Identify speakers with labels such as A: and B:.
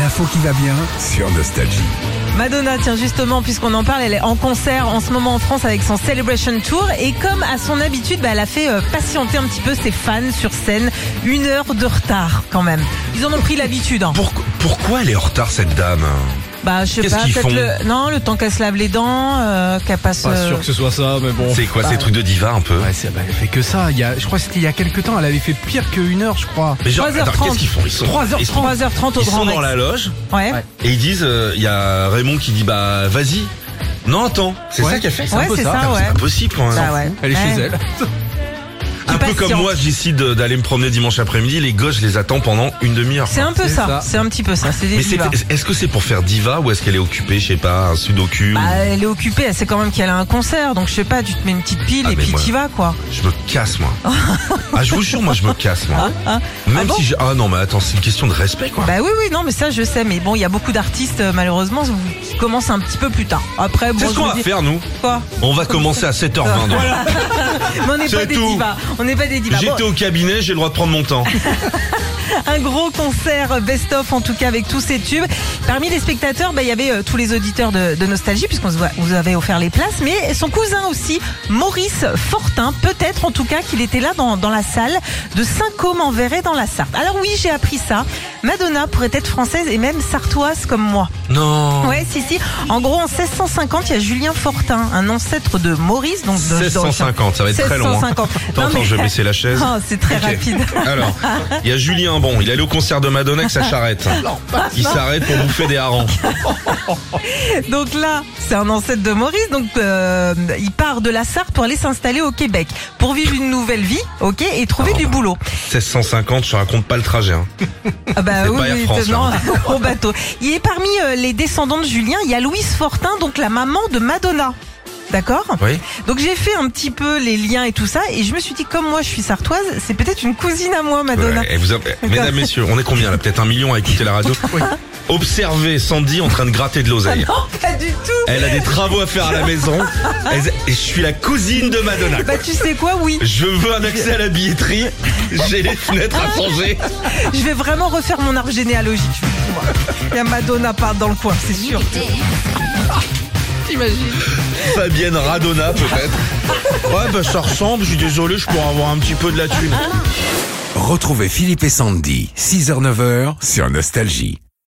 A: L'info qui va bien.
B: sur Nostalgie.
C: Madonna, tiens justement, puisqu'on en parle, elle est en concert en ce moment en France avec son Celebration Tour. Et comme à son habitude, bah, elle a fait euh, patienter un petit peu ses fans sur scène. Une heure de retard quand même. Ils en ont pris l'habitude. hein.
B: Pourquoi, pourquoi elle est en retard cette dame
C: Bah je sais
B: Qu'est-ce
C: pas,
B: qu'ils
C: peut-être
B: font
C: le... Non, le temps qu'elle se lave les dents, euh, qu'elle passe...
D: Pas
C: euh,
D: sûr que ce soit ça, mais bon.
B: C'est quoi ces trucs de diva un peu
D: Ouais, c'est- bah, elle fait que ça. Il y a, je crois que c'était il y a quelques temps. Elle avait fait pire qu'une heure, je crois.
B: Mais genre,
C: 3h30.
B: attends, qu'est-ce qu'ils font Ils sont
C: 3h30,
B: ils sont-
C: 3h30 au
B: Ils
C: Grand
B: sont dans
C: Rex.
B: la loge
C: Ouais.
D: Ouais.
B: et ils disent, euh, il y a Raymond qui dit bah vas-y. Non attends, c'est
D: Ouais.
B: ça qu'elle fait.
C: Ouais, c'est ça,
B: Ah,
C: ouais.
B: C'est pas possible quand même.
C: Bah ouais.
D: Elle est chez
C: Ouais.
D: elle.
B: Un peu
C: patiente.
B: comme moi, je décide de- d'aller me promener dimanche après-midi. Les gosses, je les attends pendant une demi-heure.
C: C'est un peu
D: C'est
C: ça,
D: ça.
C: c'est un petit peu ça, c'est des
B: Mais c'est-
C: divas.
B: est-ce que c'est pour faire diva ou est-ce qu'elle est occupée, je sais pas, un sudoku
C: Bah,
B: ou-
C: elle est occupée, elle sait quand même qu'elle a un concert, donc je sais pas, tu te mets une petite pile
B: Ah,
C: et
B: mais
C: puis
B: moi-
C: t'y vas quoi.
B: Je me casse moi. ah je vous jure, moi je me casse moi.
C: Hein
B: Même
C: Ah bon
B: si je... ah non mais attends, c'est une question de respect quoi.
C: Bah oui, oui, non, mais ça je sais, mais bon, il y a beaucoup d'artistes euh, malheureusement qui commencent un petit peu plus tard. Après, bon,
B: c'est
C: je
B: ce qu'on
C: me
B: va
C: dis-
B: faire nous.
C: quoi
B: On va commencer à 7h20. donc.
C: Mais on n'est
B: C'est
C: pas des
B: tout.
C: divas, on n'est pas des divas. Bon,
B: J'étais au cabinet, j'ai le droit de prendre mon temps.
C: un gros concert euh, best-of en tout cas avec tous ces tubes. Parmi les spectateurs, bah, il y avait euh, tous les auditeurs de, de Nostalgie puisqu'on se voit- vous avait offert les places, mais son cousin aussi, Maurice Fortin, peut-être en tout cas qu'il était là dans, dans la salle de Saint-Côme en Verret dans la Sarthe. Alors oui, j'ai appris ça. Madonna pourrait être française et même sartoise comme moi.
B: Non.
C: Ouais, si, si. En gros, en 1650, il y a Julien Fortin, un ancêtre de Maurice, donc de- de-
B: 1650, ça va être très long. hein.
C: 1650.
B: Attends,
C: Non,
B: attends,
C: mais-
B: je vais baisser la chaise.
C: Oh, c'est très
B: Ok.
C: rapide.
B: Alors, il y a Julien Bon, il est allé au concert de Madonna avec sa charrette. Il s'arrête pour bouffer des harengs.
C: Donc là, c'est un ancêtre de Maurice, donc euh, il part de la Sarthe pour aller s'installer au Québec, pour vivre une nouvelle vie, ok, et trouver du boulot.
B: 1650, je raconte pas le trajet. hein.
C: Ah bah
B: C'est pas Air France, hein.
C: non, au bateau. Il est parmi euh, les descendants de Julien, il y a Louise Fortin, donc la maman de Madonna. D'accord
B: Oui.
C: Donc j'ai fait un petit peu les liens et tout ça, et je me suis dit, comme moi je suis sartoise, c'est peut-être une cousine à moi, Madonna.
B: Ouais, et vous avez- Mesdames, messieurs, on est combien là Peut-être un million à écouter la radio. Observez Sandy en train de gratter de l'oseille.
C: Ah Non, pas du tout.
B: Elle a des travaux à faire à la maison. Elle- Je suis la cousine de Madonna.
C: Bah tu sais quoi, oui,
B: Je veux un accès à la billetterie. J'ai les fenêtres à changer.
C: je vais vraiment refaire mon arbre généalogique. Il y a Madonna part dans le coin, c'est sûr.
B: Fabienne Radona peut-être. Ouais, bah ça ressemble, je suis désolé, je pourrais avoir un petit peu de la thune.
A: Retrouvez Philippe et Sandy, 6h-9h sur Nostalgie.